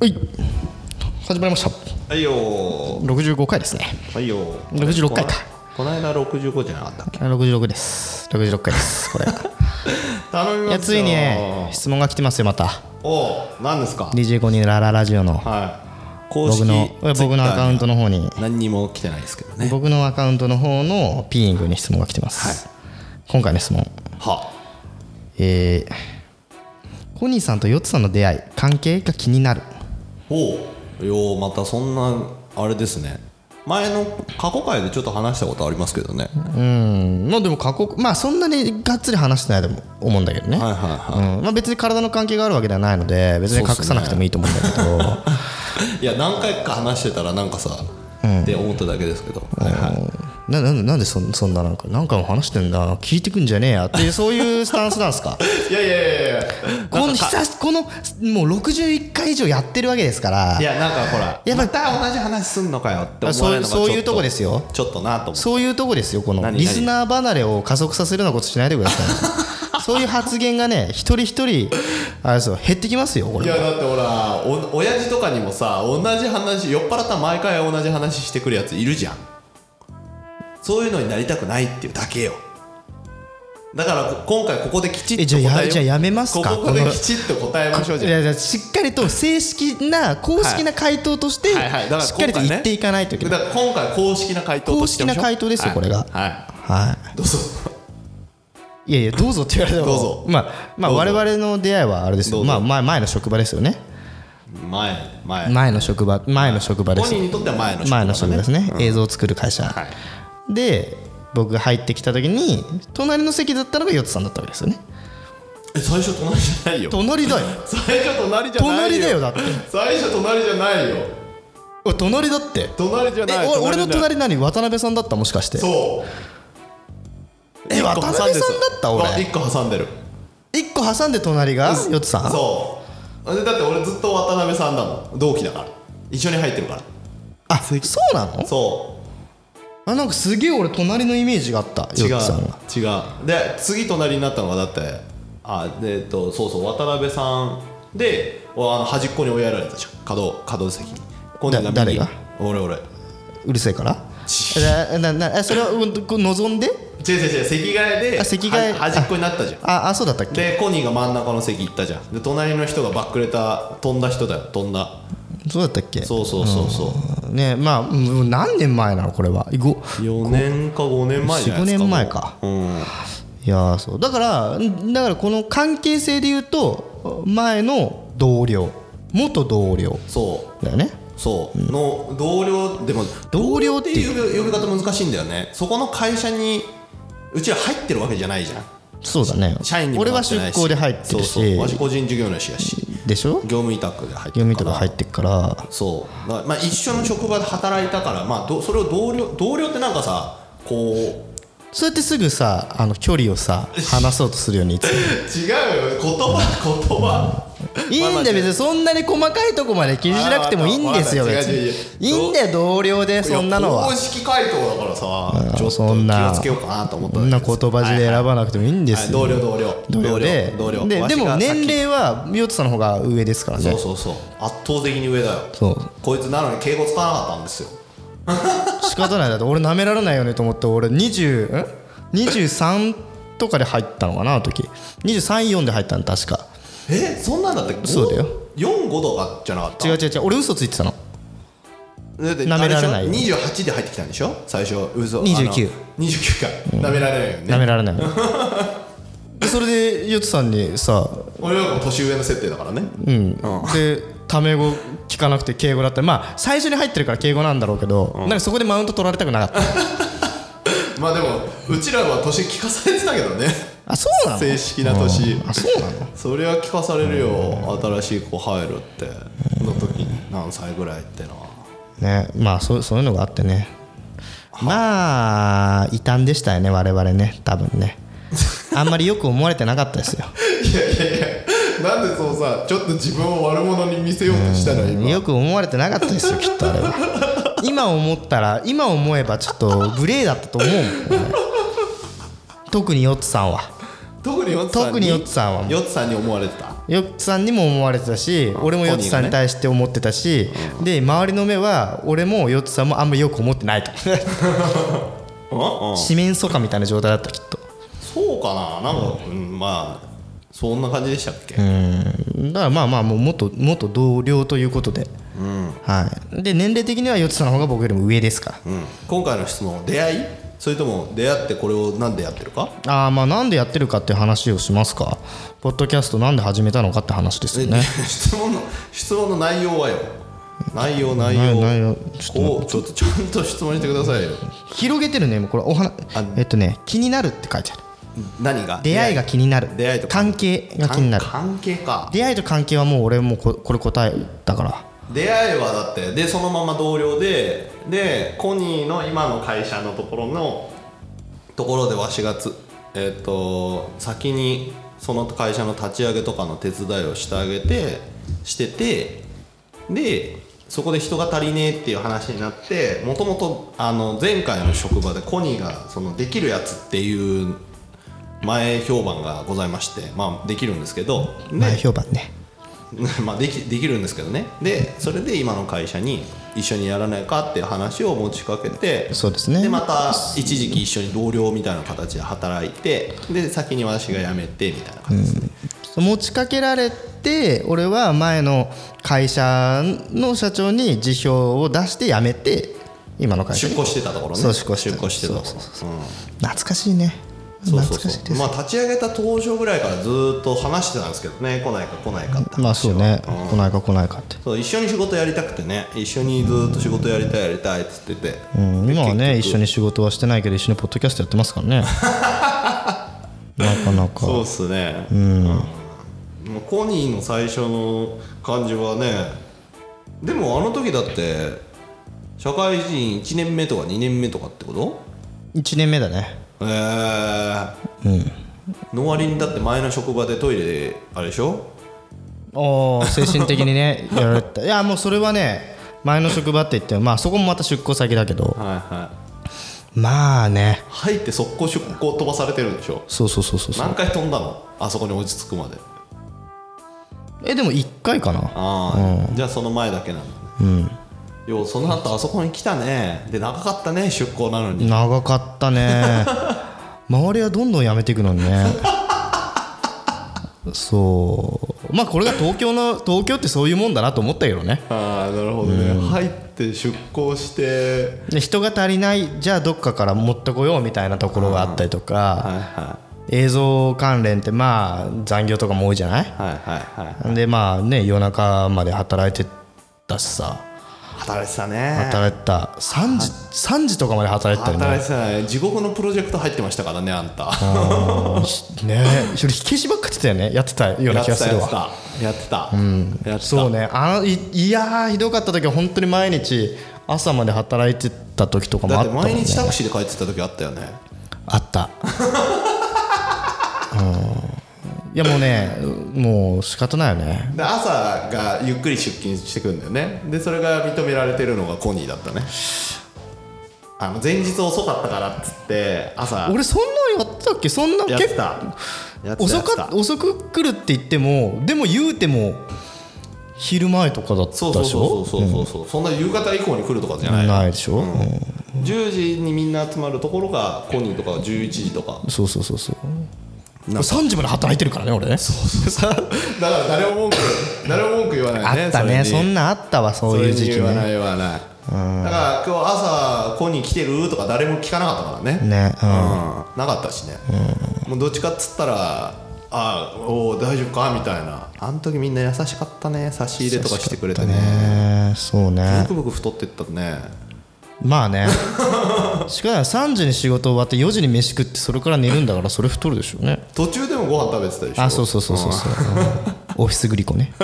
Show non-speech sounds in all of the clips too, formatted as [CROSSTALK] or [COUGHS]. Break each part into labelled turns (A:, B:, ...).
A: はい始まりました
B: はいよ
A: 65回ですね
B: ーはいよー
A: 66回か
B: この間65じゃなかったっけ
A: 66です66回です [LAUGHS] これ
B: 頼み
A: い
B: ますよ
A: やついにね質問が来てますよまた
B: おう何ですか
A: DJ5 人ラララジオの
B: はい公式
A: 僕の僕のアカウント
B: の
A: の方に
B: 何にも来てないですけどね
A: 僕のアカウントの方のピーイングに質問が来てます、今回の質問
B: は
A: えー、コニーさんとヨッツさんの出会い関係が気になる
B: おうようまたそんなあれですね前の過去回でちょっと話したことありますけどね
A: うんまあでも過去まあそんなにがっつり話してないと思うんだけどね、
B: はいは
A: うんまあ、別に体の関係があるわけではないので別に隠さなくてもいいと思うんだけど、
B: いはいいや何回か話してたらなんかさって思っただけですけどはいはい
A: ななんでなんでそんそんななんか何回も話してんだ聞いてくんじゃねえやって [LAUGHS] いうそういうスタンスなんですか
B: いやいやいやいや
A: この久しこのもう61回以上やってるわけですから
B: いやなんかほら
A: やっぱ
B: また同じ話すんのかよって思われ
A: そ
B: る
A: う
B: のが
A: そういう
B: ちょっ
A: とこですよ
B: ちょっとなと思って
A: そういうとこですよこの
B: 何
A: リスナー離れを加速させるようなことしないでくだ [LAUGHS] さいそういう発言がね一人一人あれですよ減ってきますよこ
B: い
A: れ
B: やだってほらお親父とかにもさ同じ話酔っ払ったら毎回同じ話してくるやついるじゃんそういうのになりたくないっていうだけよだからこ今回ここできちっと
A: えじゃあ
B: 答え
A: やじゃあやめますか
B: ここで
A: この
B: きちっと答えましょう
A: い
B: じゃん
A: やいやしっかりと正式な公式な回答としてし
B: はいはいだから
A: っかりと言っていかないといけない
B: だから今回公式な回答としてみましょ
A: 公式な
B: う
A: 回答ですよ
B: はい
A: これが
B: は
A: はい
B: どうぞ
A: いやいやどうぞって言われても
B: どうぞ
A: まあまあ
B: どう
A: 我
B: ぞ
A: 々の出会いはあれです
B: ど
A: よ
B: うぞ
A: まあ前前の職場ですよね
B: 前前
A: 前の職場前の職場で
B: 本
A: す
B: 人にとっては前の
A: 前の職場ですね映像を作る会
B: は
A: 社
B: い
A: で僕が入ってきた時に隣の席だったのがヨッツさんだったわけですよね
B: え最初隣じゃないよ
A: 隣だよ
B: 最初隣じゃないよ
A: 隣だよだって
B: 最初隣じゃないよ
A: おい隣だって
B: 隣じゃない
A: えお俺
B: じ
A: の
B: ゃない
A: 隣何渡辺さんだったもしかして
B: そう
A: え
B: 一個
A: 渡辺さんだった俺
B: 挟んでるそうあ一個挟んでる
A: 一個挟んで隣がヨッツさん
B: そうでだって俺ずっと渡辺さんだもん同期だから一緒に入ってるから
A: あそうなの
B: そ
A: あなんかすげえ俺隣のイメージがあった
B: う違う
A: ヨッツさんが
B: 違うで次隣になったのがだってあでえっとそうそう渡辺さんでおあの端っこに追いやられたじゃん角角席に今度
A: だ誰が
B: 俺俺
A: うるせえからえななえそれはうんこう望んで
B: 違う違う違う席替えで
A: あ席替え
B: は端っこになったじゃん
A: ああそうだったっけ
B: でコニーが真ん中の席行ったじゃんで隣の人がバックレた飛んだ人だよ飛んだ
A: そうだったっけ
B: そうそうそうそう
A: ねまあうん何年前なのこれはご
B: 4年か5年前じゃないで
A: 4 5
B: すか
A: 年前か
B: もううん
A: いやーそうだからんだからこの関係性で言うと前の同僚元同僚
B: そう
A: だよね
B: そう、の同僚でも
A: 同僚っていう
B: いう呼び呼び方難しいんだよねそこの会社にうちら入ってるわけじゃないじゃん
A: そうだね
B: 社員にも
A: 俺
B: な
A: は
B: って
A: 出
B: ないし
A: 向で入ってるし
B: そうそうわし個人事業主やし
A: でしょ
B: 業務委託で入って
A: 読
B: る
A: み
B: か
A: とから入ってっから
B: そうだからまあ、一緒の職場で働いたから、まあ、どそれを同僚同僚ってなんかさこう違う [LAUGHS] よ
A: そうやってすぐさあの距離を
B: [LAUGHS]
A: さ離そうとするようにいつも
B: 言葉言葉
A: いいんだよ別にそんなに細かいとこまで気にしなくてもいいんですよ
B: あー
A: 別
B: 違う違う
A: にい
B: 違う
A: いんだよ同僚でそんなの
B: いや
A: は
B: 公式回答だからさちょっと気
A: そんな
B: をつけようかなと思った
A: そん
B: だ
A: な
B: けです
A: 言葉尻で選ばなくてもいいんですよ
B: 同僚同僚
A: 同僚で
B: 同僚
A: で
B: わ
A: で
B: しが
A: も
B: 先
A: 年齢はヨットさんの方が上ですからね
B: そうそうそう圧倒的に上だよ
A: そう
B: こいつなのに敬語使わなかったんですよ
A: 仕方ないだって俺舐められないよねと思って俺20ん23とかで入ったのかなあの時234で入ったの確か
B: えそんなんだって
A: そうだよ
B: 45とかじゃなかった
A: 違う違う違う俺嘘ついてたの
B: だって
A: 舐められないよ
B: あでしょ28で入ってきたんでしょ最初嘘
A: 29
B: あの29かなめられないよ
A: 舐
B: ね
A: められないよでそれでヨットさんにさ
B: 俺はもう年上の設定だからね
A: うん、でタメ語聞かなくて敬語だったまあ最初に入ってるから敬語なんだろうけど、なんかそこでマウント取られたくなかった
B: まあでもうちらは年聞かされてたけどね
A: あそうなの
B: 正式な年
A: あそうなの
B: それは聞かされるよ新しい子入るっての時に何歳ぐらいってのは
A: ねまあそうそういうのがあってねまあ異端でしたよね我々ね多分ねあんまりよく思われてなかったですよ
B: いやいやいやなんでそうさちょっと自分を悪者に見せようとしたら今
A: よく思われてなかったですよきっとあれは今思ったら今思えばちょっと無礼だったと思うもん、ね、特にヨッツさんは
B: 特にヨッツさんに
A: 特にヨッツさんはもう
B: ヨッツさんに思われてた
A: ヨッツさんにも思われてたし俺もヨッツさんに対して思ってたし、で周りの目は俺もヨッツさんもあんまりよく思ってないと
B: うんうん
A: 四面楚歌みたいな状態だったきっと
B: そうかななんか、うん、まあそんな感じでしたっけ、
A: うんだからまあまあもう元元同僚ということで、はい、で年齢的にはヨッツさんの方が僕よりも上ですから
B: うん今回の質問出会いそれとも出会ってこれをなんでやってるか
A: あーまあなんでやってるかっていう話をしますかポッドキャストなんで始めたのかって話ですよね
B: 質問の質問の内容はよ内容内
A: 内容
B: 容
A: 内容ち
B: こうちょっとちゃんと質問してくださいよ
A: 広げてるねもうこれお話
B: あ
A: えっとね気になるって書いてある
B: 何が
A: 出会いが気になる
B: 出会いとか
A: 関係が気になる
B: 関関係か
A: 出会いと関係はもう俺もうここれ答えだから
B: 出会いはだってでそのまま同僚ででコニーの今の会社のところのところでわしがつえっ、と先にその会社の立ち上げとかの手伝いをしてあげてしててでそこで人が足りねえっていう話になってもともとあの前回の職場でコニーがそのできるやつっていう前評判がございましてまあできるんですけどで
A: 前評判ね
B: [LAUGHS] まあできできるんですけどねでそれで今の会社に一緒にやらないかっていう話を持ちかけて
A: そうですね
B: でまた一時期一緒に同僚みたいな形で働いてで先に私が辞めてみたいな感じですね、
A: 持ちかけられて俺は前の会社の社長に辞表を出して辞めて今の会社
B: 出
A: に
B: 向してたところね
A: そう出向してた
B: してたところ
A: そう
B: うん
A: 懐かしいね
B: そうそう
A: 懐かしい
B: そ
A: で
B: う
A: す
B: まあ立ち上げた当初ぐらいからずーっと話してたんですけどね来ないか来ないかって話を
A: まあそうね
B: うん
A: 来ないか来ないかって
B: そう一緒に仕事やりたくてね一緒にずーっと仕事やりたいやりたいっつってて、
A: うん、
B: で
A: 今はね一
B: 結局
A: 緒に仕事はしてないけど一緒にポッドキャストやってます
B: [LAUGHS]
A: からねなかなか
B: そうっすねうん、もうコニーの最初の感じはねでもあの時だって社会人1年目とか2年目とかってこと
A: 1年目だね
B: ええのわりにだって前の職場でトイレであれでしょ
A: おー精神的にねやられたいやもうそれはね前の職場って言ってもまあそこもまた出向先だけ
B: [LAUGHS]
A: ど
B: はいはい
A: まあね
B: 入って速攻出向飛ばされてるんでしょ
A: そうそうそうそうそう
B: 何回飛んだのあそこに落ち着くまで
A: えでも1回かな
B: ああ、じゃあその前だけなんだねうんようその後あそこに来たねで長かったね出向なのに
A: 長かった
B: [LAUGHS]
A: ね周りはどんどんやめていくのにねそうまあこれが東京の東京ってそういうもんだなと思ったけどね
B: ああなるほどね、入って出向して
A: で人が足りないじゃあどっかから持ってこようみたいなところがあったりと
B: はい
A: か、
B: は
A: 映像関連ってまあ残業とかも多いじゃない
B: いはいはいはい
A: でまあね夜中まで働いてたしさ
B: 働いてたね
A: 働いてた3時 ,3 時とかまで働いてたよね
B: 働いてたね地獄のプロジェクト入ってましたからねあんた
A: [LAUGHS] ねえそれ火消しばっかってたよねやってたよう
B: や
A: な
B: っ
A: 気が
B: て
A: す
B: た
A: る
B: や
A: わ
B: ってたやってたうんやってた
A: そうねあのいいやーひどかった時は本当に毎日朝まで働いてた時とかも
B: だ
A: あ
B: っ
A: ってたもんね
B: 毎日タクシーで帰ってた時あったよね
A: あ
B: [LAUGHS]
A: った、うん、いやもうねもう仕方ないよね
B: で朝がゆっくり出勤してくんだよねでそれが認められてるのがコニーだったねあの前日遅かったからっつって朝
A: 俺そんなんやってたっけそんな
B: やって
A: 結構
B: たやってた
A: 遅
B: や
A: か
B: ってた
A: 遅く来るって言ってもでも言うても昼前とかだったでし
B: そ
A: ょ
B: うそうそうそうそうそう、そんな夕方以降に来るとかじゃない
A: ないでしょ、うん
B: 10時にみんな集まるところがコニーとかは11時とか
A: そうそうそうそう
B: なんか
A: 3時まで働いてるからね俺ね
B: [LAUGHS] だから誰も文句誰も文句言わないね
A: あったね
B: それ
A: そ
B: に
A: んなんあったわそう
B: そ
A: い
B: れ
A: う
B: に
A: 時期
B: 言わない
A: ね
B: 言わないだから今日朝コニー来てるとか誰も聞かなかったからね
A: ね
B: う
A: うんん
B: なかったしねもうどっちかっつったらああおお大丈夫かみたいなあの時みんな優しかったね差し入れとかしてくれてね
A: ねそうね
B: ブクブク太ってったね
A: まあねしかも3時に仕事終わって4時に飯食ってそれから寝るんだからそれ太るでしょうね
B: 途中でもご飯食べてたでしょ
A: あそうそうそうそうそううんオフィスグリコね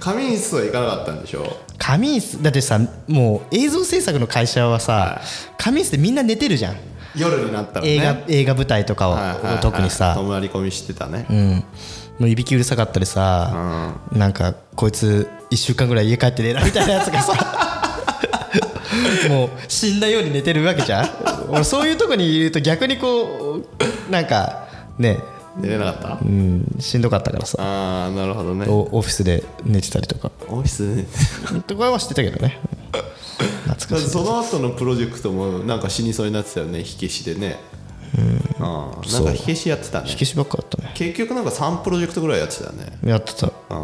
B: 仮眠室は行かなかったんでしょ
A: 仮眠室だってさもう映像制作の会社はさ仮眠室でみんな寝てるじゃん
B: 夜になったらね
A: 映画映画舞台とか
B: はいはいはい
A: は特にさ
B: 泊まり込みしてたね、
A: もういびきうるさかったりさ、なんかこいつ1週間ぐらい家帰って寝ないみたいなやつがさもう死んだように寝てるわけじゃん俺そういうとこにいると逆にこうなんかね
B: 寝れなかっ
A: う
B: た
A: んしんどかったからさ
B: ああなるほどね
A: おオフィスで寝てたりとか
B: オフィスで
A: とかはしてたけどね懐かしい
B: その後のプロジェクトもなんか死にそうになってたよね火消しでねうんなんか火消しやってたね
A: 火消しばっかだったね
B: 結局なんか3プロジェクトぐらいやってたよね
A: やってた
B: う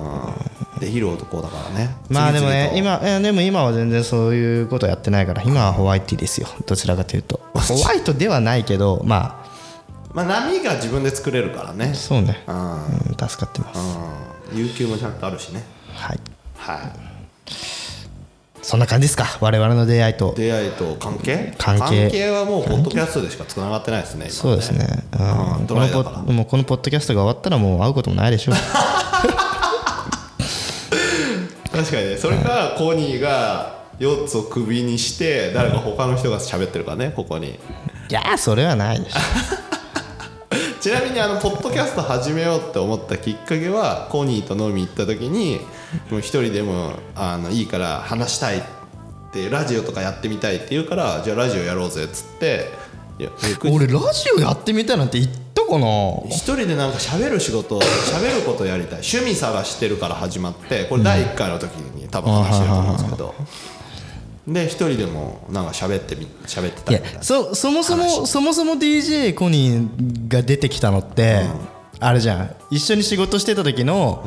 B: んできる男だからね
A: まあでもね
B: 次々と
A: 今いやでも今は全然そういうことやってないから今はホワイトですよどちらかというと [LAUGHS] ホワイトではないけどま
B: まあ波が自分で作れるからね
A: あそうね
B: う、ん
A: うん、助かってます
B: うん有給もちゃんとあるしね
A: はい
B: はい
A: そんな感じですか我々の出会いと
B: 出会いと関係
A: 関係
B: はもうポッドキャストでしかつながってないですね今
A: そうですね、うん
B: うん
A: こ
B: ドラ
A: の
B: イだ
A: ポ
B: から
A: もうこのポッドキャストが終わったらもう会うこともないで
B: [LAUGHS]
A: しょう
B: 確かにねそれからコニーが4つをクビにして誰か他の人が喋ってるからねここに
A: いやーそれはないでしょ
B: ちなみにあのポッドキャスト始めようって思ったきっかけはコニーと飲み行った時にもう一人でもあのいいから話したいってラジオとかやってみたいって言うからじゃあラジオやろうぜっつっていや僕
A: 俺ラジオやってみたいなんて言ったかな
B: 一人でなんか喋る仕事喋ることやりたい趣味探してるから始まってこれ第1回の時に多分話してると思うんですけどで一人でもなんか喋ってみ喋ってた
A: い
B: みたいな
A: やそそもそもそもそも DJ コニーが出てきたのって、あれじゃん一緒に仕事してた時の,、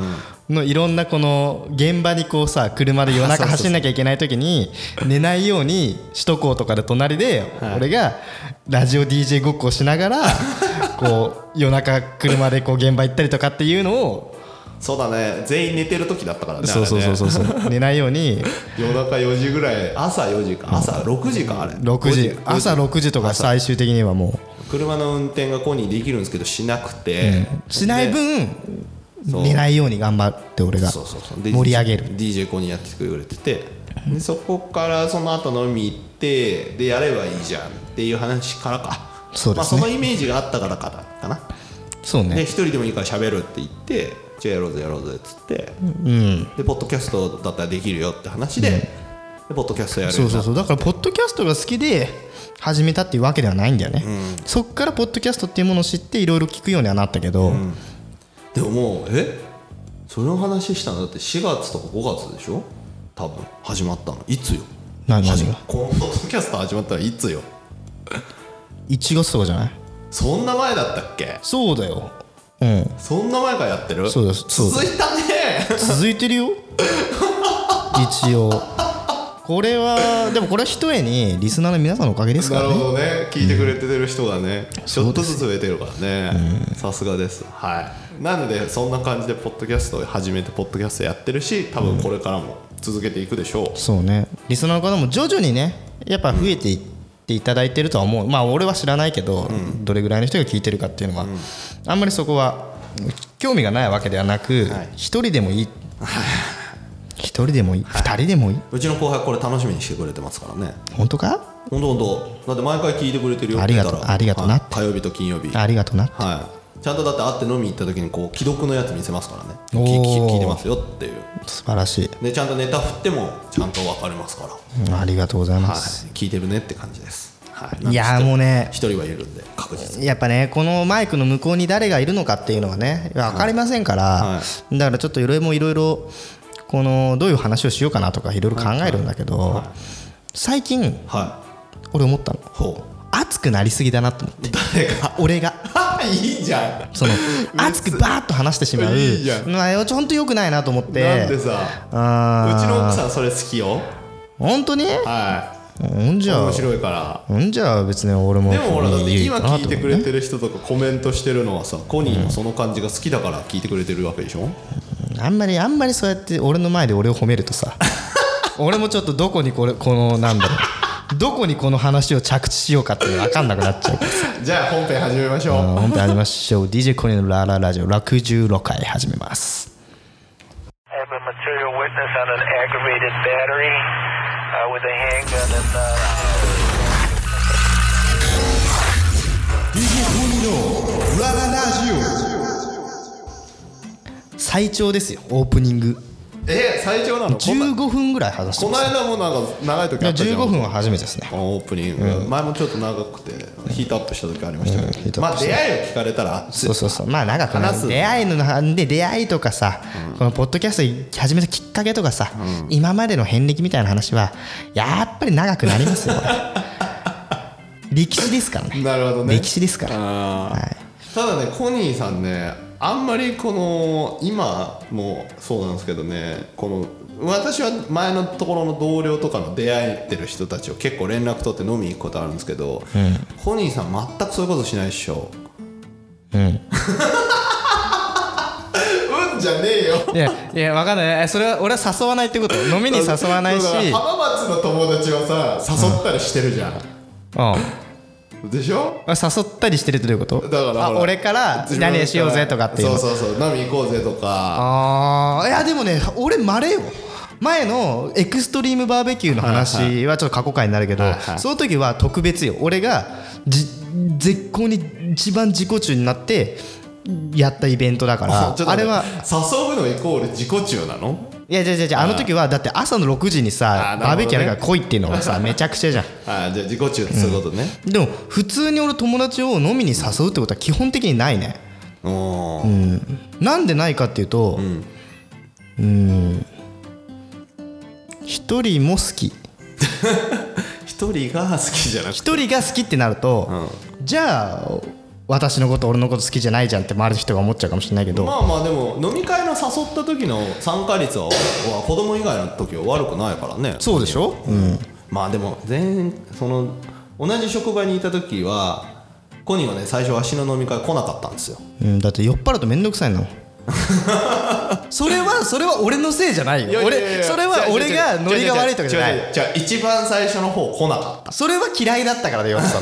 A: のいろんなこの現場にこうさ車で夜中
B: あそうそうそう
A: 走んなきゃいけない時 [LAUGHS] に寝ないように首都高とかで隣で俺がラジオ DJ ごっこをしな [LAUGHS] がらこう夜中車でこう現場行ったりとかっていうのを
B: そうだね全員寝てる時だったからね
A: そうそうそうそううそう [LAUGHS] 寝ないように
B: 夜中4時ぐらい朝4時か朝6時かあれ
A: 6時朝6時とか最終的にはもう。
B: 車の運転がコニーできるんですけどしなくて
A: しない分
B: そう
A: 寝ないように頑張って俺が
B: そうそうそうで
A: 盛り上げる
B: DJ コニーやってくれててでそこからその後飲み行ってでやればいいじゃんっていう話からか
A: そうですね
B: まあ、そのイメージがあったからかなかな、
A: そう
B: で
A: ね
B: 一人でもいいから喋るって言ってじゃあやろうぜやろうぜっつって、
A: うん
B: でポッドキャストだったらできるよって話で,、でポッドキャストやるよ
A: そう
B: うに
A: そ
B: な
A: うそうだからポッドキャストが好きで始めたっていうわけではないんだよね、そっからポッドキャストっていうものを知っていろいろ聞くようにはなったけど、
B: でももうえその話したのだって4月とか5月でしょ多分始まったのいつよ
A: 何何が
B: 始まこのポッドキャスト始まったのいつよ
A: 1月とかじゃない
B: そんな前だったっけ
A: そうだようん
B: そんな前からやってる
A: そうですそうです
B: 続いたね
A: 続いてるよ一応これはでもこれはひとえにリスナーの皆さんのおかげですか
B: な
A: ら
B: る
A: ね
B: ほどね聞いてくれてる人がね、ちょっとずつ増えてるからねさすがですはいなのでそんな感じでポッドキャストを始めてポッドキャストやってるし多分これからも続けていくでしょう、
A: そうねリスナーの方も徐々にねやっぱ増えていっていただいてるとは思うまあ俺は知らないけど、どれぐらいの人が聞いてるかっていうのは、あんまりそこは興味がないわけではなく
B: はい
A: 一、人でもい
B: [LAUGHS]
A: い一人でもいい二、人でもいいう
B: ちの後輩これ楽しみにしてくれてますからね
A: 本当か
B: ほんとほんとだって毎回聞いてくれてるよ
A: ありがとう
B: 聞いたら
A: ありがとうな
B: はい火曜日と金曜日
A: ありがとな
B: はいちゃんとだって会って飲み行った時にこう既読のやつ見せますからね
A: おー
B: 聞き聞いてますよっていう
A: 素晴らしい、
B: でちゃんとネタ振ってもちゃんと分かりますから
A: うんありがとうござい
B: は
A: ま
B: い
A: す、、
B: 聞いてるねって感じです。はい、
A: い、やーもうね
B: 一人はいるんで確実に。
A: やっぱねこのマイクの向こうに誰がいるのかっていうのはね分かりませんから、
B: は
A: だからちょっといろいろもいろいろこのどういう話をしようかなとかいろいろ考えるんだけど、最近
B: は
A: 俺思ったの
B: い。ほ
A: 熱くなりすぎだなと思って
B: う。誰か。
A: 俺が
B: [LAUGHS] いいじゃ [LAUGHS]
A: その熱くバーッと話してしまう
B: いいじゃん
A: まあちょんとよくないなと思っ
B: ん。なんで
A: て
B: さ、う
A: あ
B: ちの奥さんそれ好きよ。
A: ー本当に
B: は
A: ほん
B: い。
A: じゃ
B: 面
A: あ
B: 白いから。
A: ほんじゃあ別に俺も
B: でもほらだって今聞いてくれ
A: る
B: てる人とかコメントしてるのはさ、コニーのその感じが好きだから聞いてくれてるわけでしょ。
A: あんまりあんまりそうやって俺の前で俺を褒めると
B: [LAUGHS]
A: さ俺もちょっとどこにこれこのなんだろうどこにこの話を着地しようかっていうの分かんなくなっちゃ
B: [LAUGHS]
A: う
B: [LAUGHS] じゃあ本編始めまし
A: あ
B: ょ
A: 本当にありましょう DJ コニーのラララジオ66回始めます。
C: I have a material witness on an aggravated battery uh, with a handgun and. Uh
D: DJ コニーのラララジオ
A: 最長ですよオープニング
B: え最長なのこんな
A: 15分ぐらい話して
B: こ
A: ま
B: の
A: す
B: 間もなんか長い時あったじゃん
A: 15分は初めてですね
B: オープニング、前もちょっと長くてヒートアップした時ありましたけど、
A: うんヒートア
B: ま
A: ッ
B: あ
A: プし
B: 出会いを聞かれ
A: [LAUGHS]
B: たら
A: そうそうそうまあ長くな
B: 話す
A: る出会いので出会いとかさ、このポッドキャスト始めたきっかけとかさ、今までの遍歴みたいな話はやっぱり長くなりますよ [LAUGHS] これ歴史ですからね
B: なるほどね
A: 歴史ですから
B: あー
A: はい
B: ただねコニーさんねあんまりこの今もそうなんですけどねこの私は前のところの同僚とかの出会ってる人たちを結構連絡取って飲みに行くことあるんですけど、コニーさん全くそういうことしないでしょ
A: うん
B: うんじゃねえよ
A: いやいや分かんないそれは俺は誘わないってこと飲みに誘わないし、
B: そうだから浜松の友達はさ誘ったりしてるじゃん、
A: うん
B: でしょ
A: 誘ったりしてるってどういうこと
B: だからほ
A: あ
B: ら
A: 俺から
B: 自分
A: 何しようぜとかっていうの
B: そうそうそう飲み行こうぜとか
A: ああいやでもね俺まれよ前のエクストリームバーベキューの話はちょっと過去回になるけど、
B: はいはい
A: その時は特別よ俺がじ絶好に一番自己中になってやったイベントだから
B: ちょっと
A: あれ
B: 待って
A: は
B: 誘うのイコール自己中なの
A: いやじゃじゃじゃあの時はだって朝の6時にさ、
B: あーなるほどね
A: バーベキューやるから来いっていうのが
B: [LAUGHS]
A: さめちゃくちゃじゃん
B: あーじゃあ自己中ってそういうことね、
A: でも普通に俺友達を飲みに誘うってことは基本的にないね
B: おー
A: なんでないかっていうとうーん一人も好き
B: 一人が好きじゃなくて
A: 一人が好きってなると、じゃあ私のこと俺のこと好きじゃないじゃんって周りの人が思っちゃうかもしれないけど、
B: まあまあでも飲み会の誘った時の参加率はは子供以外の時は悪くないからね
A: そうでしょ、うん、
B: まあでも全その同じ職場にいた時はコニーはね最初わしの飲み会来なかったんですよ
A: うん、だって酔っ払うと面倒くさいの [LAUGHS] それはそれは俺のせいじゃないよ俺それは俺がノリが悪いとかじゃない
B: じゃ一番最初の方来なかっ
A: それは嫌いだったからだよってた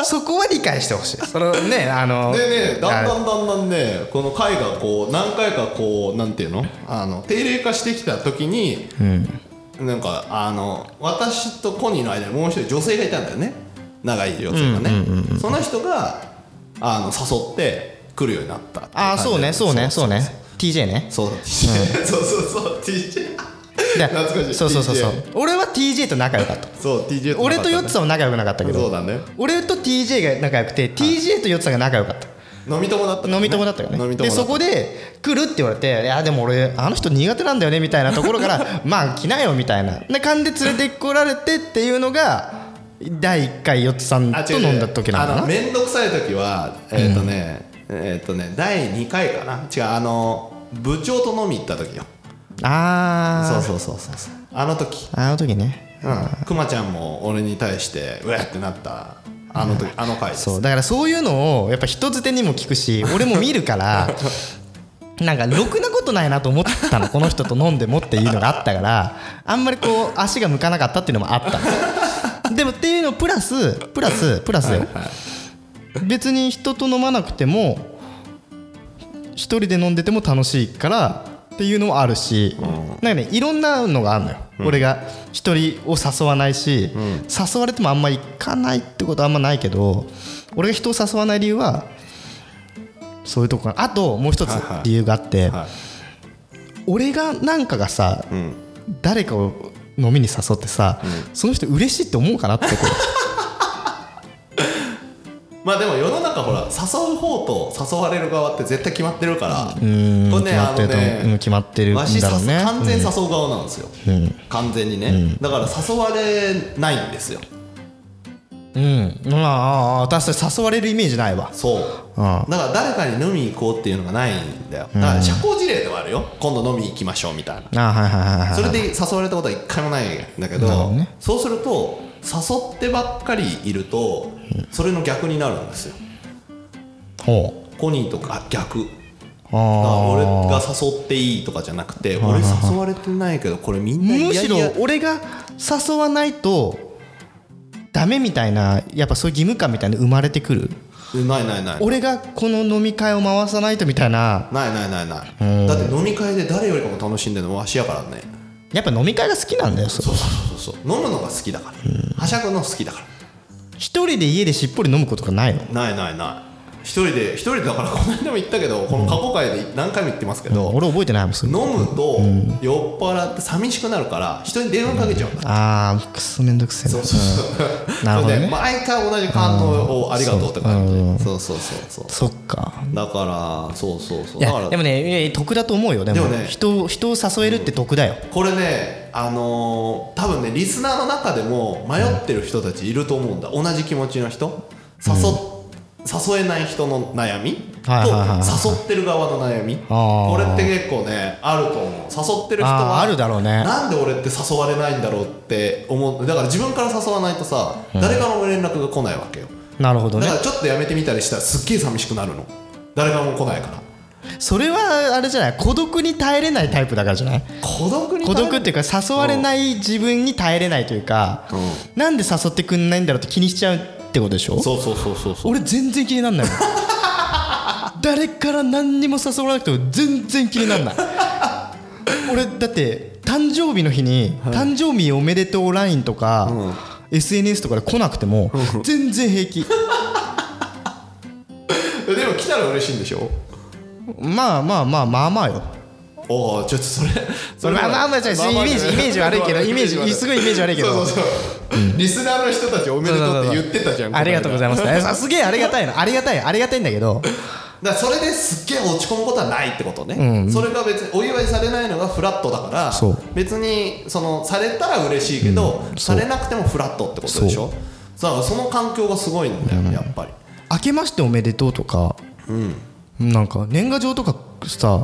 A: の [LAUGHS] そこは理解してほしいそのねあの
B: たでねだんだ
A: あ
B: んだんだんねこの会がこう何回かこうなんていうのあの定例化してきた時に、なんかあの私とコニーの間にもう一人女性がいたんだよね長い女性がね、その人があの誘って来るようになったってい
A: あー
B: 感じ
A: そうねそうねそうね
B: そう
A: TJ ね
B: そう [LAUGHS] そうそうそう TJ
A: で
B: 懐かしい
A: そうそうそうそう
B: TJ
A: 俺は TJ と仲良かった
B: そう TJ
A: 俺とヨッツ
B: つ
A: さんは仲良くなかったけ
B: そう
A: ど
B: だね
A: 俺と TJ が仲良くて TJ とヨッツさんが仲良かった
B: 飲み友だったからね
A: 飲み友だったよね
B: 飲み友
A: で
B: だった
A: そこで来るって言われて「いやでも俺あの人苦手なんだよね」みたいなところから
B: [LAUGHS]
A: まあ来なよみたいなで勘で連れてこられてっていうのが第1回ヨッツさん
B: あ
A: と
B: 違う違う
A: 飲んだ時なの
B: あ
A: か
B: の
A: な
B: 面倒くさい時はえっ、とね、えっ、とね第2回かな違うあの部長と飲み行った時よ
A: あ
B: そう
A: ー
B: そうそうそうそうあの時
A: あの時ね
B: うんくまちゃんも俺に対してうわってなったあの時あの回です
A: そうだからそういうのをやっぱ人づてにも聞く
B: [LAUGHS]
A: し俺も見るからなんかろくなことないなと思ったのこの人と飲んでもっていうのがあったからあんまりこう足が向かなかったっていうのもあったのでもっていうのプラスプラスプラスよ別に人と飲まなくても一人で飲んでても楽しいからっていうのもあるし、なんかねいろんなのがあるのよ、俺が一人を誘わないし、誘われてもあんま行かないってことはあんまないけど俺が人を誘わない理由はそういうとこかなあともう一つ
B: はいはい
A: 理由があって、
B: はい
A: 俺がなんかがさ、
B: ん
A: 誰かを飲みに誘ってさ、その人嬉しいって思うかなってこう
B: まあでも世の中ほら誘う方と誘われる側って絶対決まってるからこれ
A: うん
B: ね
A: 決ま
B: あ
A: ってる
B: の
A: と思ううん
B: ね
A: 決まってるん
B: わし
A: だろうね
B: 誘完全
A: うん
B: 誘う側なんですよ、完全にね、だから誘われないんですよ
A: うん、まあああ確かに誘われるイメージないわ
B: そう
A: ああ
B: だから誰かに飲みに行こうっていうのがないんだよだから社交辞令ではあるよ今度飲み行きましょうみたいな
A: ああはいはいはいはい
B: それで誘われたことは一回もないんだけど
A: なるほどね
B: そうすると誘ってばっかりいるとそれの逆になるんですよ
A: ほう
B: コニーとか逆
A: あ
B: だから俺
A: あ
B: が誘っていいとかじゃなくて俺誘われてないけどこれみんな
A: む
B: 嫌
A: し
B: 々
A: ろ俺が誘わないとダメみたいなやっぱそういう義務感みたいなの生まれてくる
B: ないないない
A: 俺がこの飲み会を回さないとみたいな
B: ないないないないだって飲み会で誰よりかも楽しんでるのわしやからね
A: やっぱ飲み会が好きなんだよそれ
B: そうそうそうそう飲むのが好きだからはしゃぐの好きだから
A: 一人で家でしっぽり飲むことがないの
B: ないないな一人で一人でだからこの間も言ったけどこの過去回で何回も言ってますけど、
A: 俺覚えてないもんすぐ
B: 飲むと酔っ払って寂しくなるから人に電話かけちゃうんだ、
A: ああくそめんどくせえ
B: そうそう [LAUGHS] そう
A: なるほどね
B: それで毎回同じ感動をありがとうって感じ、
A: うん
B: そうそうそうそ
A: そっか
B: うだからそうそうそう
A: い
B: だから
A: やでもねいや得だと思うよでも
B: でもね
A: 人を人を誘えるって得だよ
B: これねあのー多分ねリスナーの中でも迷ってる人たちいると思うんだ同じ気持ちの人誘,、誘えない人の悩みと、
A: はいはいはいはい
B: 誘ってる側の悩み
A: あー
B: これって結構ねあると思う誘ってる人
A: あ
B: は
A: ああるだろうね
B: なんで俺って誘われないんだろうって思うだから自分から誘わないとさ、誰からも連絡が来ないわけよ
A: なるほど
B: だ
A: ね
B: からちょっとやめてみたりしたらすっげえ寂しくなるの誰からも来ないから
A: それはあれじゃない孤独に耐えれないタイプだからじゃない
B: 孤独に
A: 孤独って
B: て
A: いうか誘われない自分に耐えれないというかなんで誘ってくんないんだろうって気にしちゃうってことでしょ
B: そうそうそうそうそう
A: 俺全然気になんない [LAUGHS] もん誰から何にも誘わなくても全然気になんない俺だって誕生日の日に誕生日おめでとう LINE とか SNS とかで来なくても全然平気
B: えでも来たら嬉しいんでしょ
A: まあまあまあまあまあよ
B: おおちょっとそれそ
A: まあまあまあじゃあイメージイメージ悪い [LAUGHS] けどイメージすごいイメージ悪いけど
B: そうそうそうリスナーの人たちおめでとうって言ってたじゃん
A: ありがとうござい [LAUGHS] ます
B: だ
A: ねさすげえありがたいのありがたいありがたいんだけど
B: からそれですっげえ落ち込むことはないってことね、
A: ん
B: それが別にお祝いされないのがフラットだから
A: そう
B: 別にそのされたら嬉しいけど、
A: そ
B: さ
A: う
B: れなくてもフラットってことでしょだからその環境がすごいんだよ、やっぱり
A: 明けましておめでとうとか、なんか年賀状とかさ、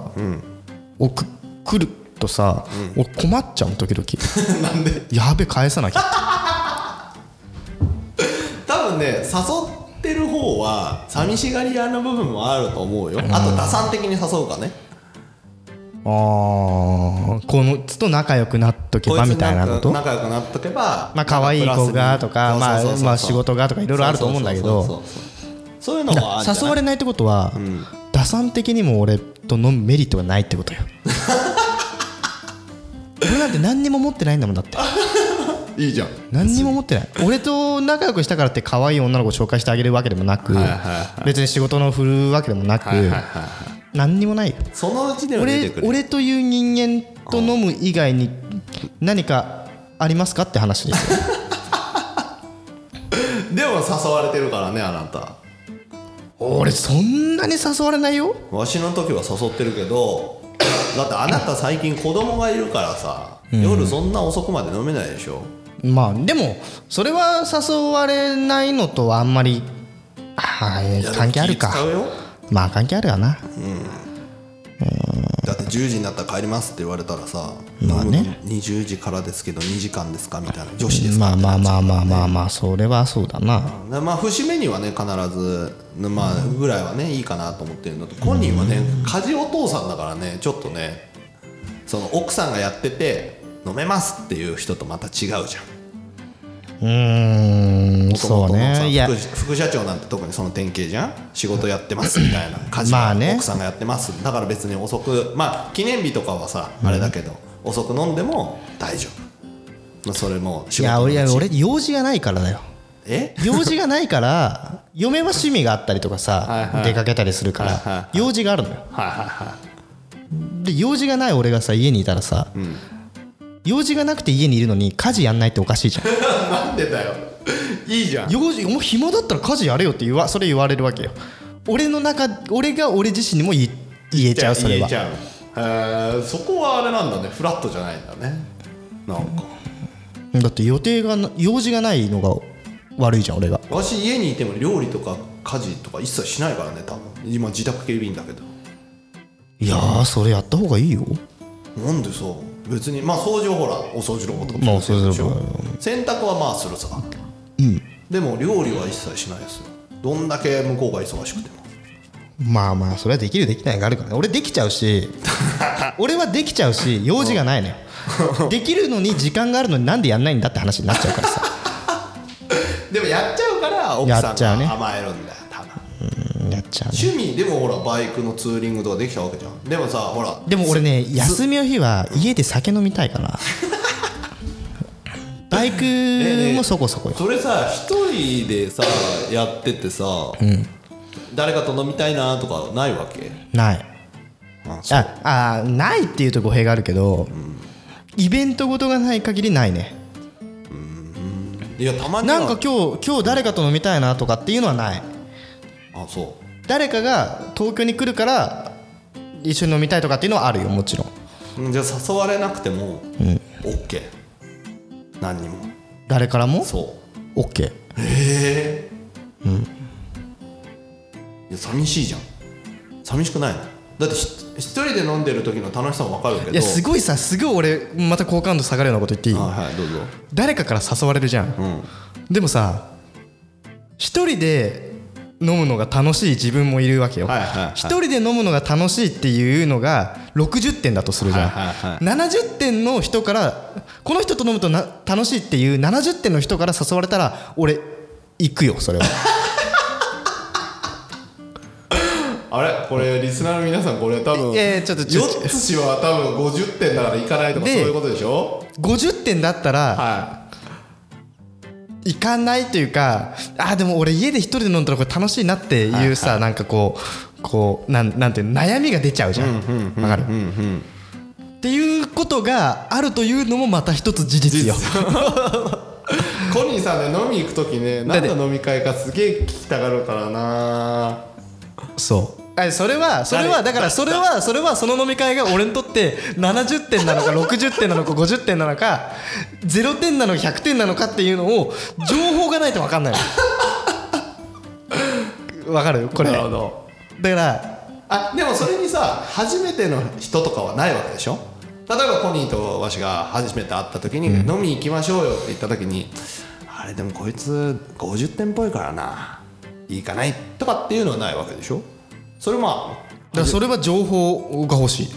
A: おく来るとさ、俺困っちゃう時々
B: なんで
A: やべ返さなきゃ
B: 多分ね誘ってる方は寂しがり屋の部分もあると思うよ、あと打算的に誘うかね
A: あーこのつと仲良くなっとけばみたいなこと
B: こいつ仲仲良くなっとけば
A: まあ可愛い子がとか
B: なんプラスに
A: まあまあ仕事がとかいろいろあると思うんだけど
B: そうそうそうそうそういうのもあるんじゃない
A: 誘われないってことは、打算的にも俺と飲むメリットがないってことよ [LAUGHS] 俺なんて何にも持ってないんだもんだって
B: いいじゃん
A: 何にも持ってない俺と仲良くしたからって可愛い女の子を紹介してあげるわけでもなく
B: いはいは
A: 別に仕事の振るわけでもなく
B: はいはいはい
A: 何にもないよ
B: そのうちでは出て
A: 俺
B: くる
A: 俺という人間と飲む以外に何かありますかって話です
B: [LAUGHS]
A: よ
B: でも誘われてるからねあなた
A: 俺そんなに誘われないよ
B: わしの時は誘ってるけどだってあなた最近子供がいるからさ、夜そんな遅くまで飲めないでしょ
A: まあでもそれは誘われないのとはあんまりはい
B: いやでも
A: 関係ある
B: 気使う
A: か
B: よ
A: まあ関係あるわな
B: だって10時になったら帰りますって言われたらさ、
A: まあね
B: 20時からですけど2時間ですかみたいな女子ですか
A: まあまあまあまあまあまあそれはそうだな
B: でまあ節目にはね必ず、まあ、ぐらいはねいいかなと思ってるのと本人はね家事お父さんだからねちょっとねその奥さんがやってて飲めますっていう人とまた違うじゃん
A: うーん
B: 元々
A: そう
B: のさ
A: ねいや
B: 副副社長なんて特にその典型じゃん仕事やってますみたいな家
A: [LAUGHS]
B: 事
A: まあ
B: は
A: ね
B: 奥さんがやってますだから別に遅くまあ記念日とかはさあれだけど遅く飲んでも大丈夫まあそれも仕
A: いや
B: 事
A: 俺いや
B: の話
A: 俺用事がないから
B: [LAUGHS]
A: だよ
B: え
A: 用事がないから嫁は趣味があったりとかさ
B: はいはい
A: 出かけたりするから、
B: はいは
A: 用事があるのよ、で用事がない俺がさ家にいたらさ、用事がなくて家にいるのに家事やんないっておかしいじゃん
B: なんでだよいいじゃん
A: 用事お前暇だったら家事やれよって言わそれ言われるわけよ俺の中俺が俺自身にも言い言えちゃうそれ
B: 言
A: は
B: えちゃうえーそこはあれなんだねフラットじゃないんだねなんか
A: だって予定がな用事がないのが悪いじゃん俺が
B: わし家にいても料理とか家事とか一切しないからね多分今自宅警備員だけど
A: いやーそれやった方がいいよ
B: なんでさ別にまあ掃除はほらお掃除ロボット
A: まあお掃除ロボット
B: しょ洗濯はまあするさでも料理は一切しないですよどんだけ向こうが忙しくても
A: まあまあそれはできるできないがあるからね俺できちゃう [LAUGHS] し俺はできちゃうし用事がない [LAUGHS] のよできるのに時間があるのになんでやんないんだって話になっちゃうからさ
B: でもやっちゃうから奥
A: や
B: さ
A: っちゃうんね
B: が甘えるんだよ多分
A: うん [LAUGHS] やっちゃうね
B: 趣味でもほらバイクのツーリングとかできたわけじゃんでもさほら
A: でも俺ね休みの日は家で酒飲みたいから [LAUGHS] バイクもそこそこよ
B: それさ一人でさやっててさ、誰かと飲みたいなとかないわけ
A: ない
B: あそう
A: ああーないっていうと語弊があるけど、イベントごとがない限りないね
B: いやたまには
A: なんか今日今日誰かと飲みたいなとかっていうのはない
B: あそう
A: 誰かが東京に来るから一緒に飲みたいとかっていうのはあるよもちろん
B: うんじゃあ誘われなくても OK、何にも
A: 誰からも
B: そ
A: OK
B: うへえうんいや寂しいじゃん寂しくないのだってひ一人で飲んでる時の楽しさも分かるけど
A: いやす
B: ご
A: ごいさすごい俺また好感度下がるようなこと言っていい
B: はいはいどうぞ
A: 誰かから誘われるじゃん、
B: ん
A: でもさ一人で飲むのが楽しい自分もいるわけよ、
B: はいはいはい
A: 一人で飲むのが楽しいっていうのが60点だとするじゃん、
B: はいはいはい
A: 70点の人からこの人と飲むとな楽しいっていう70点の人から誘われたら俺行くよそれは
B: あれこれリスナーの皆さんこれ多分
A: いやいやちょっとちょ
B: ヨッツ氏は多分50点だから行かないとかそう
A: で
B: いうことでしょ
A: 50点だったら
B: は
A: 行かないというかあーでも俺家で一人で飲んだらこれ楽しいなっていうさ、なんかこうこうなんなんていうの悩みが出ちゃうじゃんわ、かる、っていうことがあるというのもまた一つ事実よ
B: いコニーさんね飲み行く時ね
A: だっ
B: 何
A: て
B: の飲み会かすげえ聞きたがるからな
A: そうあそれはそれは
B: 誰
A: だからそれはそれはその飲み会が俺にとって70点なのか60点なのか50点なのか0点なのか100点なのかっていうのを情報がないと分かんない
B: [LAUGHS]
A: のわかるこれ
B: な
A: だ
B: るほ
A: か
B: ど
A: ら
B: あでもそれにさ初めての人とかはないわけでしょ例えばコニーとわしが初めて会った時に「飲み行きましょうよ」って言った時に「あれでもこいつ50点っぽいからないいかない」とかっていうのはないわけでしょそれまあ
A: だからそれは情報が欲し
B: [LAUGHS]
A: い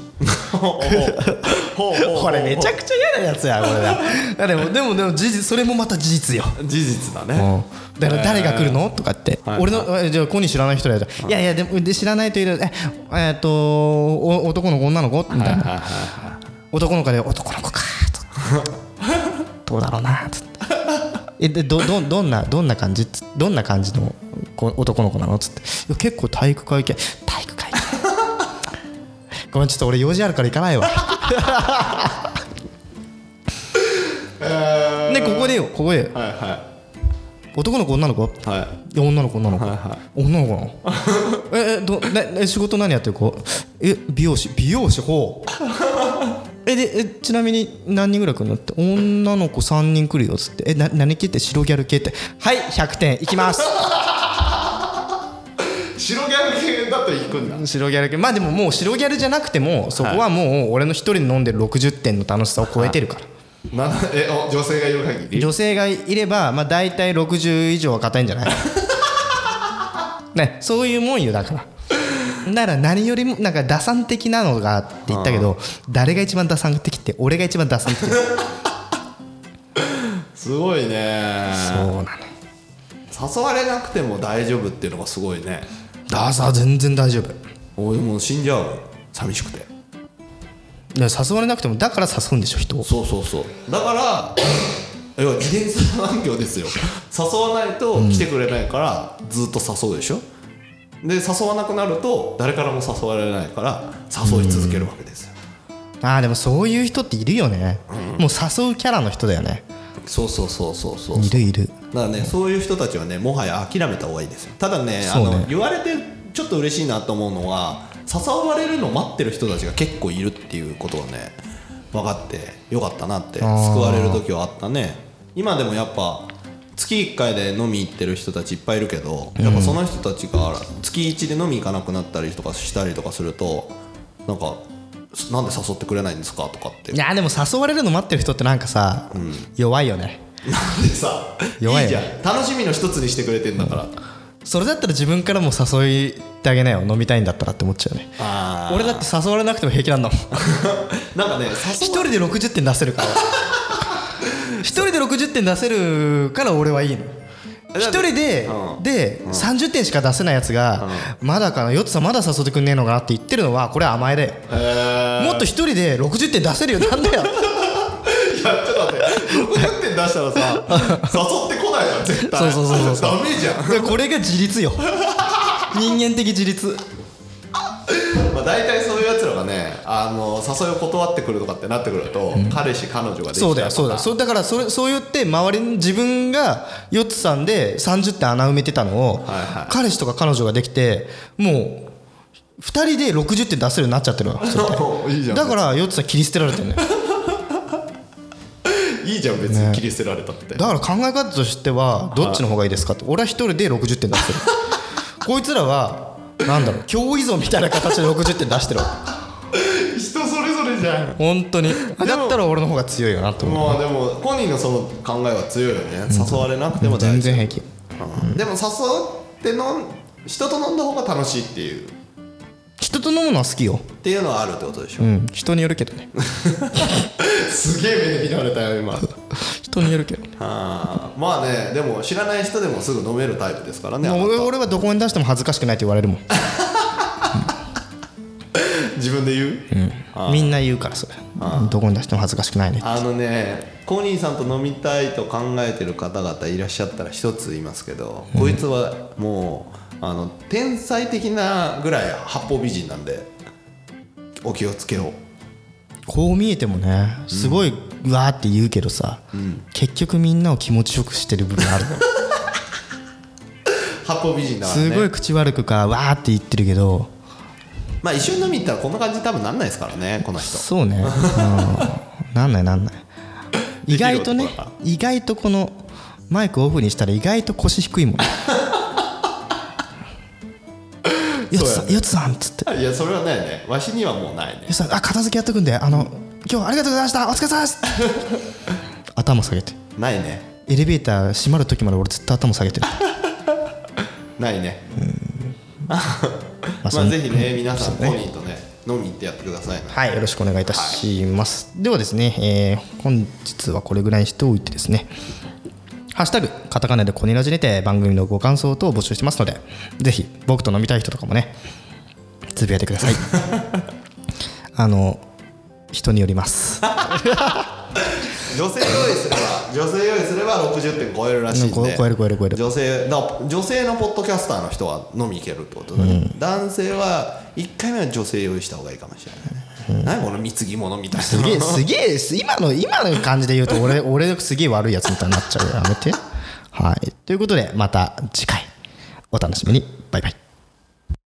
A: これめちゃくちゃ嫌なやつやこれだでもでもでも事実それもまた事実よ
B: 事実だね
A: だから誰が来るのとかって、
B: はい
A: 俺のえじゃあコニー知らない人だよ、いやいやでもで知らないといるええーっとお男の子女の子みたいな男の子で男の子かとどうだろうなつってえでどどどんなどんな感じつどんな感じの子男の子なのつっていや結構体育会系体育会系ごめんちょっと俺用事あるから行かないわでここでよここでよ
B: はいはい
A: 男の子女の子
B: はい
A: いや女の子女の子、
B: はいは
A: 女の子
B: [LAUGHS]
A: なのええどなえ仕事何やってる子え美容師美容師ほうえでえちなみに何人ぐらい来るのって女の子3人来るよっつってえな何系って白ギャル系ってはい100点いきます
B: [LAUGHS] 白ギャル系だと行くんだ
A: 白ギャル系まあでももう白ギャルじゃなくてもそこはもう俺の一人で飲んでる60点の楽しさを超えてるから、
B: なえお女性がいる限り
A: 女性がいればまあ大体60以上は硬いんじゃ [LAUGHS] ないねそういうもんよだからなら何よりもなんか打算的なのがって言ったけど誰が一番打算的って俺が一番打算 [LAUGHS] 的そう
B: すごいね
A: なの
B: 誘われなくても大丈夫っていうのがすごいね
A: ダサ全然大丈夫
B: 俺もう死んじゃう寂しくて
A: いや誘われなくてもだから誘うんでしょ人を
B: そうそうそうだから [COUGHS] いや遺伝子環境ですよ誘わないと来てくれないからずっと誘うでしょ、で誘わなくなると誰からも誘われないから誘い続けるわけですよ、
A: ああでもそういう人っているよねもう誘うキャラの人だよね
B: そうそうそうそうそう
A: いるいる
B: だからねそういう人たちはねもはや諦めた方がいいですよただねあ
A: そうね
B: の言われてちょっと嬉しいなと思うのは誘われるのを待ってる人たちが結構いるっていうことがね分かってよかったなって救
A: あー
B: われる時はあったね今でもやっぱ月1回で飲み行ってる人たちいっぱいいるけどやっぱその人たちが月1で飲み行かなくなったりとかしたりとかするとなんか「なんで誘ってくれないんですか?」とかって
A: いやでも誘われるの待ってる人ってなんかさ弱いよね
B: なんでさ
A: 弱い
B: いい
A: よ
B: じゃん楽しみの一つにしてくれてんだから。
A: それだったら自分からも誘いってあげなよ飲みたいんだったらって思っちゃうね
B: あー
A: 俺だって誘われなくても平気なんだもん
B: [LAUGHS] なんかね
A: 一人で60点出せる
B: [LAUGHS]
A: から一人で60点出せるから俺はいいの
B: え
A: 一人で、
B: うん
A: で、30点しか出せないやつが、まだかなヨッツさんまだ誘ってくんねえのかなって言ってるのはこれは甘えだよ、もっと一人で60点出せるよなん
B: [LAUGHS]
A: だよ
B: い [LAUGHS] やちょっと待って60点出したら
A: [LAUGHS]
B: さ誘ってこないじゃん絶対
A: そうそうそうそう
B: ダメじゃん
A: でこれが自立よ人間的自立
B: まあ、大体そういうやつらがねあの誘いを断ってくるとかってなってくると、彼氏彼女ができちゃ
A: そううだよそうだよそうだからそれそう言って周りに自分がヨッツさんで30点穴埋めてたのを、
B: いはい
A: 彼氏とか彼女ができてもう2人で60点出せるようになっちゃってるわそれって
B: と [LAUGHS] いいじゃん
A: だからヨッツさん切り捨てられてるね
B: いいじゃん別に切り捨てられたって、
A: だから考え方としてはどっちの方がいいですかって俺は一人で60点出してる [LAUGHS] こいつらはなんだろう強依存みたいな形で60点出してるわ
B: 人それぞれじゃん
A: 本当にだったら俺の方が強いよなと思う
B: まあでもコニーのその考えは強いよね誘われなくても大
A: 全
B: 事、
A: 然平気
B: うんでも誘って飲ん人と飲んだ方が楽しいっていう
A: 人と飲むのは好きよ
B: っていうのはあるってことでしょ、
A: うん人によるけどね
B: すげえ目で見られたよ今
A: 人によるけどね
B: あーまあねでも知らない人でもすぐ飲めるタイプですからねあ
A: も
B: な
A: う俺
B: た
A: 俺はどこに出しても恥ずかしくないって言われるもん [LAUGHS]
B: 自分で言う、
A: みんな言うからそれどこに出しても恥ずかしくないねって
B: あのねコニーさんと飲みたいと考えてる方々いらっしゃったら一つ言いますけど、こいつはもうあの天才的なぐらい八方美人なんでお気をつけを。
A: こう見えてもねすごいうわーって言うけどさ、結局みんなを気持ちよくしてる部分あ
B: [LAUGHS]
A: る
B: 八方美人だからね
A: すごい口悪くかわーって言ってるけど
B: まあ一緒に飲み行ったらこんな感じに多分なんないですからねこの
A: [LAUGHS]
B: 人
A: そうね、うん、なんないなんない意外とね
B: できる男
A: 意外とこのマイクオフにしたら意外と腰低い
B: [LAUGHS]
A: もんよつさん、よつさんっつって
B: いやそれはないねわしにはもうないね
A: よつさんあ片付けやっとくんであの今日はありがとうございましたお疲れ様です
B: [LAUGHS]
A: 頭下げて
B: ないね
A: エレベーター閉まる時まで俺ずっと頭下
B: [LAUGHS]
A: げてる
B: ないね
A: まあ
B: ま
A: そ
B: あ
A: ん
B: ぜひね皆さんコニーとね飲み行ってやってくださいね
A: はい、よろしくお願いいたします。ではですね、えー本日はこれぐらいにしておいてですね、ハッシュタグ、カタカナでコニラジにて番組のご感想等を募集してますので、ぜひ僕と飲みたい人とかもね、つぶやいてくださ
B: [LAUGHS]
A: い。あの、人によります。
B: 女性用意すれば女性用意すれば60点超えるらしいん
A: こ
B: で
A: 超える超える超える
B: 女性だから女性のポッドキャスターの人は飲み行けるってことだね、男性は1回目は女性用意した方がいいかもしれないね、何この貢ぎ物みたいな
A: す
B: [LAUGHS]
A: げえ、すげえ、す今の、今の感じで言うと、俺、俺、すげえ悪いやつみたいになっちゃうよ。やめて。はい。ということで、また次回、お楽しみに。バイバイ。